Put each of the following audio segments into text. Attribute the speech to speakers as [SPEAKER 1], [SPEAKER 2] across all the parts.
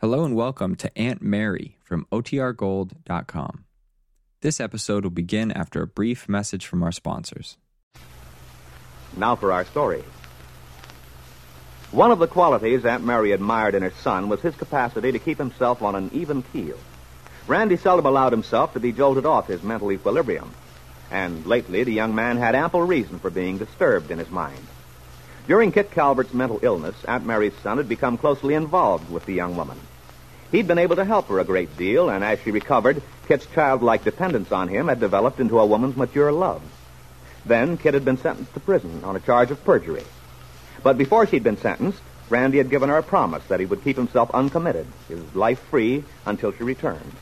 [SPEAKER 1] Hello and welcome to Aunt Mary from OTRGold.com. This episode will begin after a brief message from our sponsors.
[SPEAKER 2] Now for our story. One of the qualities Aunt Mary admired in her son was his capacity to keep himself on an even keel. Randy seldom allowed himself to be jolted off his mental equilibrium, and lately the young man had ample reason for being disturbed in his mind. During Kit Calvert's mental illness, Aunt Mary's son had become closely involved with the young woman. He'd been able to help her a great deal, and as she recovered, Kit's childlike dependence on him had developed into a woman's mature love. Then Kit had been sentenced to prison on a charge of perjury. But before she'd been sentenced, Randy had given her a promise that he would keep himself uncommitted, his life free, until she returned.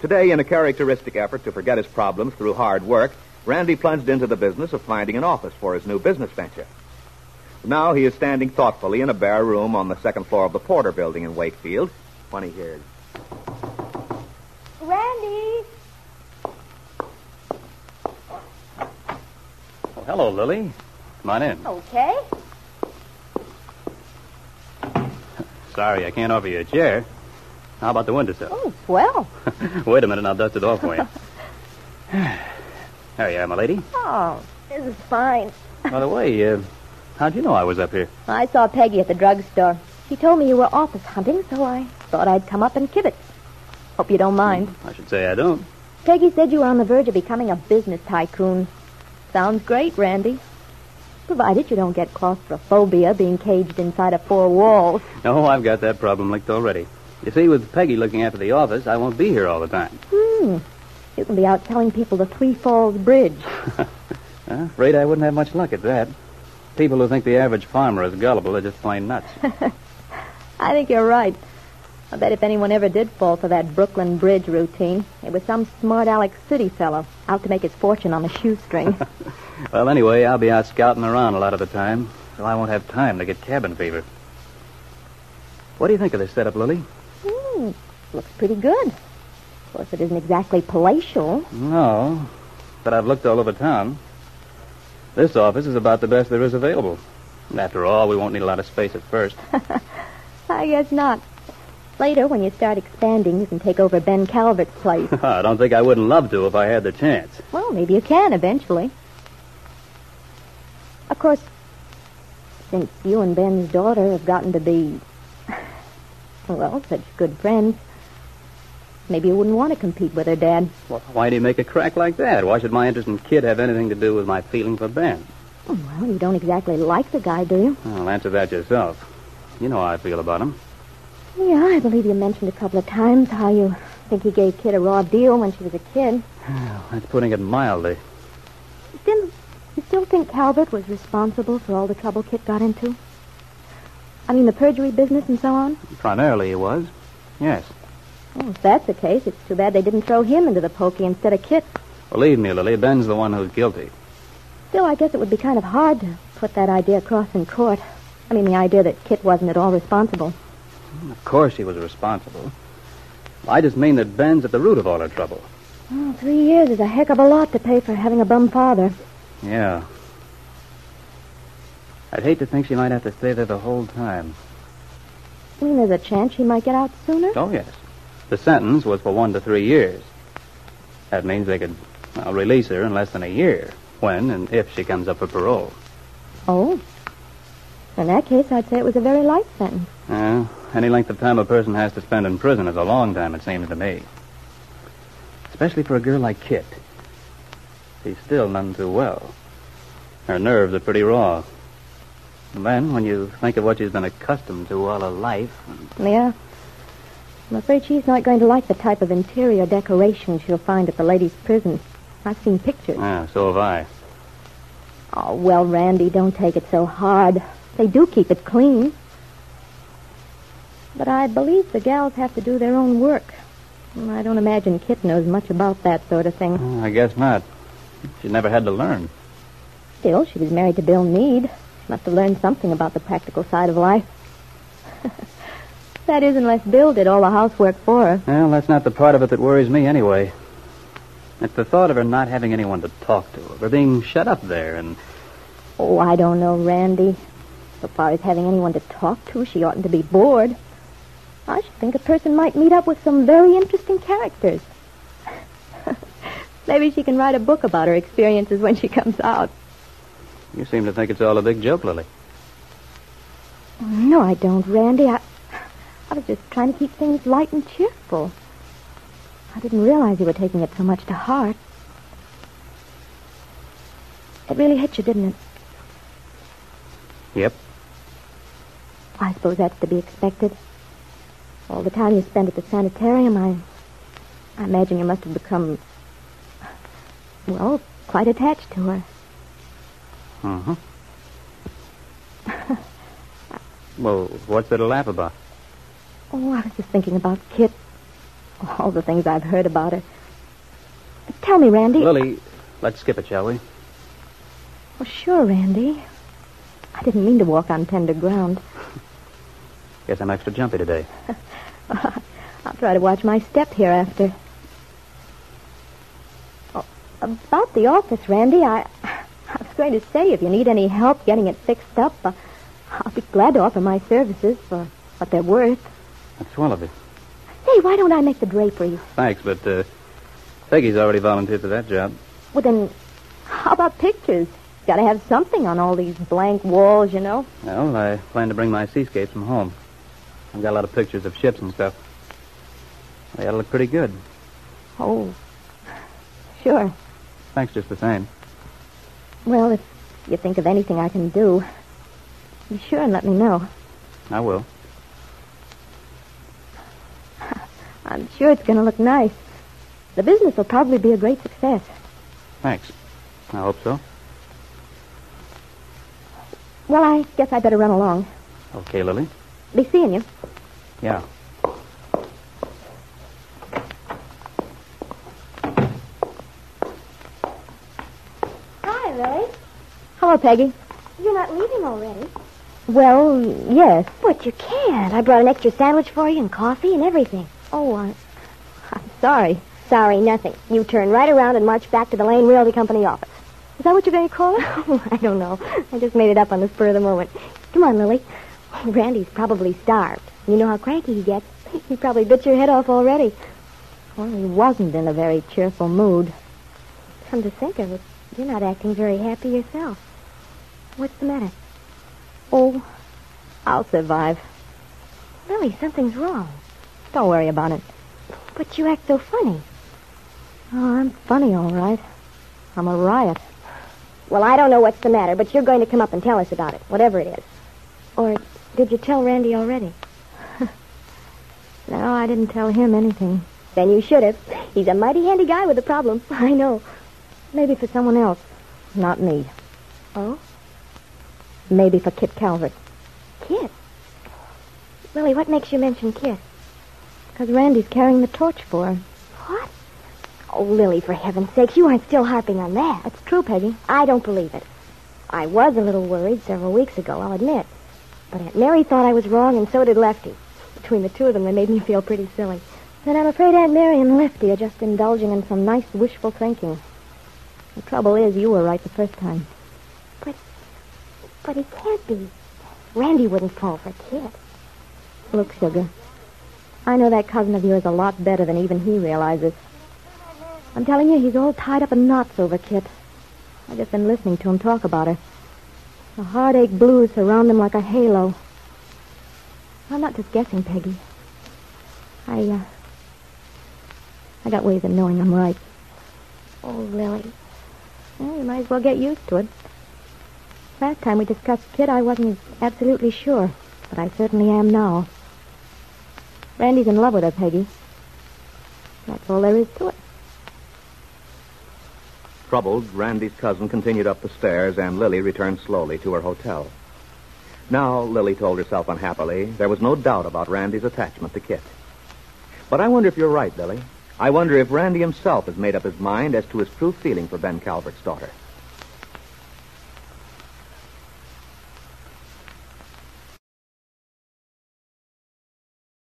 [SPEAKER 2] Today, in a characteristic effort to forget his problems through hard work, Randy plunged into the business of finding an office for his new business venture. Now he is standing thoughtfully in a bare room on the second floor of the Porter building in Wakefield when he hears.
[SPEAKER 3] Randy!
[SPEAKER 4] Oh, Hello, Lily. Come on in.
[SPEAKER 3] Okay.
[SPEAKER 4] Sorry, I can't offer you a chair. How about the windowsill?
[SPEAKER 3] Oh, swell.
[SPEAKER 4] Wait a minute, and I'll dust it off for you. there you are, my lady.
[SPEAKER 3] Oh, this is fine.
[SPEAKER 4] By the way, uh, how'd you know I was up here?
[SPEAKER 3] I saw Peggy at the drugstore. She told me you were office hunting, so I thought I'd come up and kibitz. Hope you don't mind.
[SPEAKER 4] I should say I don't.
[SPEAKER 3] Peggy said you were on the verge of becoming a business tycoon. Sounds great, Randy. Provided you don't get claustrophobia being caged inside of four walls.
[SPEAKER 4] No, Oh, I've got that problem licked already. You see, with Peggy looking after the office, I won't be here all the time.
[SPEAKER 3] Hmm. You can be out telling people the Three Falls Bridge.
[SPEAKER 4] I'm afraid I wouldn't have much luck at that. People who think the average farmer is gullible are just plain nuts.
[SPEAKER 3] I think you're right. I bet if anyone ever did fall for that Brooklyn Bridge routine, it was some smart Alex City fellow out to make his fortune on a shoestring.
[SPEAKER 4] well, anyway, I'll be out scouting around a lot of the time, so I won't have time to get cabin fever. What do you think of this setup, Lily?
[SPEAKER 3] Hmm, looks pretty good. Of course, it isn't exactly palatial.
[SPEAKER 4] No, but I've looked all over town. This office is about the best there is available. And After all, we won't need a lot of space at first.
[SPEAKER 3] I guess not. Later, when you start expanding, you can take over Ben Calvert's place.
[SPEAKER 4] I don't think I wouldn't love to if I had the chance.
[SPEAKER 3] well, maybe you can eventually. Of course, since you and Ben's daughter have gotten to be, well, such good friends, maybe you wouldn't want to compete with her, Dad.
[SPEAKER 4] Well, why do you make a crack like that? Why should my interest in Kid have anything to do with my feeling for Ben?
[SPEAKER 3] Oh, Well, you don't exactly like the guy, do you?
[SPEAKER 4] Well, answer that yourself. You know how I feel about him.
[SPEAKER 3] Yeah, I believe you mentioned a couple of times how you think he gave Kid a raw deal when she was a kid.
[SPEAKER 4] That's putting it mildly.
[SPEAKER 3] Still, you still think Calvert was responsible for all the trouble Kit got into? I mean, the perjury business and so on?
[SPEAKER 4] Primarily, he was. Yes.
[SPEAKER 3] Oh, if that's the case, it's too bad they didn't throw him into the pokey instead of Kit.
[SPEAKER 4] Believe me, Lily, Ben's the one who's guilty.
[SPEAKER 3] Still, I guess it would be kind of hard to put that idea across in court. I mean, the idea that Kit wasn't at all responsible.
[SPEAKER 4] Of course, he was responsible. I just mean that Ben's at the root of all her trouble.
[SPEAKER 3] Oh, three years is a heck of a lot to pay for having a bum father.
[SPEAKER 4] Yeah. I'd hate to think she might have to stay there the whole time.
[SPEAKER 3] I mean, there's a chance she might get out sooner.
[SPEAKER 4] Oh, yes. The sentence was for one to three years. That means they could well, release her in less than a year, when and if she comes up for parole.
[SPEAKER 3] Oh. In that case, I'd say it was a very light sentence.
[SPEAKER 4] Uh, any length of time a person has to spend in prison is a long time, it seems to me. Especially for a girl like Kit. She's still none too well. Her nerves are pretty raw. And then, when you think of what she's been accustomed to all her life,
[SPEAKER 3] Yeah. I'm afraid she's not going to like the type of interior decoration she'll find at the ladies' prison. I've seen pictures.
[SPEAKER 4] ah, so have I.
[SPEAKER 3] Oh, well, Randy, don't take it so hard. They do keep it clean. But I believe the gals have to do their own work. And I don't imagine Kit knows much about that sort of thing.
[SPEAKER 4] Oh, I guess not. She never had to learn.
[SPEAKER 3] Still, she was married to Bill Meade. She must have learned something about the practical side of life. that is, unless Bill did all the housework for her.
[SPEAKER 4] Well, that's not the part of it that worries me anyway. It's the thought of her not having anyone to talk to, of her being shut up there and
[SPEAKER 3] Oh, I don't know, Randy. So far as having anyone to talk to, she oughtn't to be bored. I should think a person might meet up with some very interesting characters. Maybe she can write a book about her experiences when she comes out.
[SPEAKER 4] You seem to think it's all a big joke, Lily.
[SPEAKER 3] No, I don't, Randy. I, I was just trying to keep things light and cheerful. I didn't realize you were taking it so much to heart. It really hit you, didn't it?
[SPEAKER 4] Yep.
[SPEAKER 3] I suppose that's to be expected. All the time you spent at the sanitarium, I, I imagine you must have become, well, quite attached to her.
[SPEAKER 4] Mm-hmm. well, what's there to laugh about?
[SPEAKER 3] Oh, I was just thinking about Kit. All the things I've heard about her. Tell me, Randy.
[SPEAKER 4] Lily, let's skip it, shall we?
[SPEAKER 3] Well, Oh, sure, Randy. I didn't mean to walk on tender ground.
[SPEAKER 4] Guess I'm extra jumpy today.
[SPEAKER 3] I'll try to watch my step hereafter. Oh, about the office, Randy, I, I was going to say if you need any help getting it fixed up, uh, I'll be glad to offer my services for what they're worth.
[SPEAKER 4] That's one of it.
[SPEAKER 3] Hey, why don't I make the draperies?
[SPEAKER 4] Thanks, but uh, Peggy's already volunteered for that job.
[SPEAKER 3] Well, then, how about pictures? Got to have something on all these blank walls, you know.
[SPEAKER 4] Well, I plan to bring my seascapes from home. I've got a lot of pictures of ships and stuff. They ought to look pretty good.
[SPEAKER 3] Oh, sure.
[SPEAKER 4] Thanks just the same.
[SPEAKER 3] Well, if you think of anything I can do, be sure and let me know.
[SPEAKER 4] I will.
[SPEAKER 3] I'm sure it's going to look nice. The business will probably be a great success.
[SPEAKER 4] Thanks. I hope so.
[SPEAKER 3] Well, I guess I'd better run along.
[SPEAKER 4] Okay, Lily.
[SPEAKER 3] Be seeing you.
[SPEAKER 4] Yeah.
[SPEAKER 5] Hi, Lily.
[SPEAKER 3] Hello, Peggy.
[SPEAKER 5] You're not leaving already.
[SPEAKER 3] Well, yes.
[SPEAKER 5] But you can't. I brought an extra sandwich for you and coffee and everything.
[SPEAKER 3] Oh, I, I'm sorry.
[SPEAKER 5] Sorry, nothing. You turn right around and march back to the Lane Realty Company office.
[SPEAKER 3] Is that what you're going to call it?
[SPEAKER 5] I don't know. I just made it up on the spur of the moment. Come on, Lily. Randy's probably starved. You know how cranky he gets. He probably bit your head off already.
[SPEAKER 3] Well, he wasn't in a very cheerful mood.
[SPEAKER 5] Come to think of it, you're not acting very happy yourself. What's the matter?
[SPEAKER 3] Oh, I'll survive.
[SPEAKER 5] Lily, something's wrong.
[SPEAKER 3] Don't worry about it.
[SPEAKER 5] But you act so funny.
[SPEAKER 3] Oh, I'm funny, all right. I'm a riot.
[SPEAKER 5] Well, I don't know what's the matter, but you're going to come up and tell us about it, whatever it is. Or did you tell Randy already?
[SPEAKER 3] No, I didn't tell him anything.
[SPEAKER 5] Then you should have. He's a mighty handy guy with a problem. I know.
[SPEAKER 3] Maybe for someone else, not me.
[SPEAKER 5] Oh?
[SPEAKER 3] Maybe for Kit Calvert.
[SPEAKER 5] Kit. Lily, what makes you mention Kit?
[SPEAKER 3] Because Randy's carrying the torch for her.
[SPEAKER 5] What? Oh, Lily, for heaven's sake, you aren't still harping on that.
[SPEAKER 3] That's true, Peggy.
[SPEAKER 5] I don't believe it. I was a little worried several weeks ago, I'll admit. But Aunt Mary thought I was wrong, and so did Lefty. Between the two of them, they made me feel pretty silly.
[SPEAKER 3] Then I'm afraid Aunt Mary and Lefty are just indulging in some nice wishful thinking. The trouble is, you were right the first time.
[SPEAKER 5] But he can't be. Randy wouldn't fall for Kit.
[SPEAKER 3] Look, Sugar, I know that cousin of yours a lot better than even he realizes. I'm telling you, he's all tied up in knots over Kit. I've just been listening to him talk about her. The heartache blues surround him like a halo. I'm not just guessing, Peggy. I, uh, I got ways of knowing I'm right.
[SPEAKER 5] Oh, Lily.
[SPEAKER 3] Well, you might as well get used to it. Last time we discussed Kit, I wasn't absolutely sure, but I certainly am now. Randy's in love with her, Peggy. That's all there is to it.
[SPEAKER 2] Troubled, Randy's cousin continued up the stairs, and Lily returned slowly to her hotel. Now, Lily told herself unhappily, there was no doubt about Randy's attachment to Kit. But I wonder if you're right, Lily. I wonder if Randy himself has made up his mind as to his true feeling for Ben Calvert's daughter.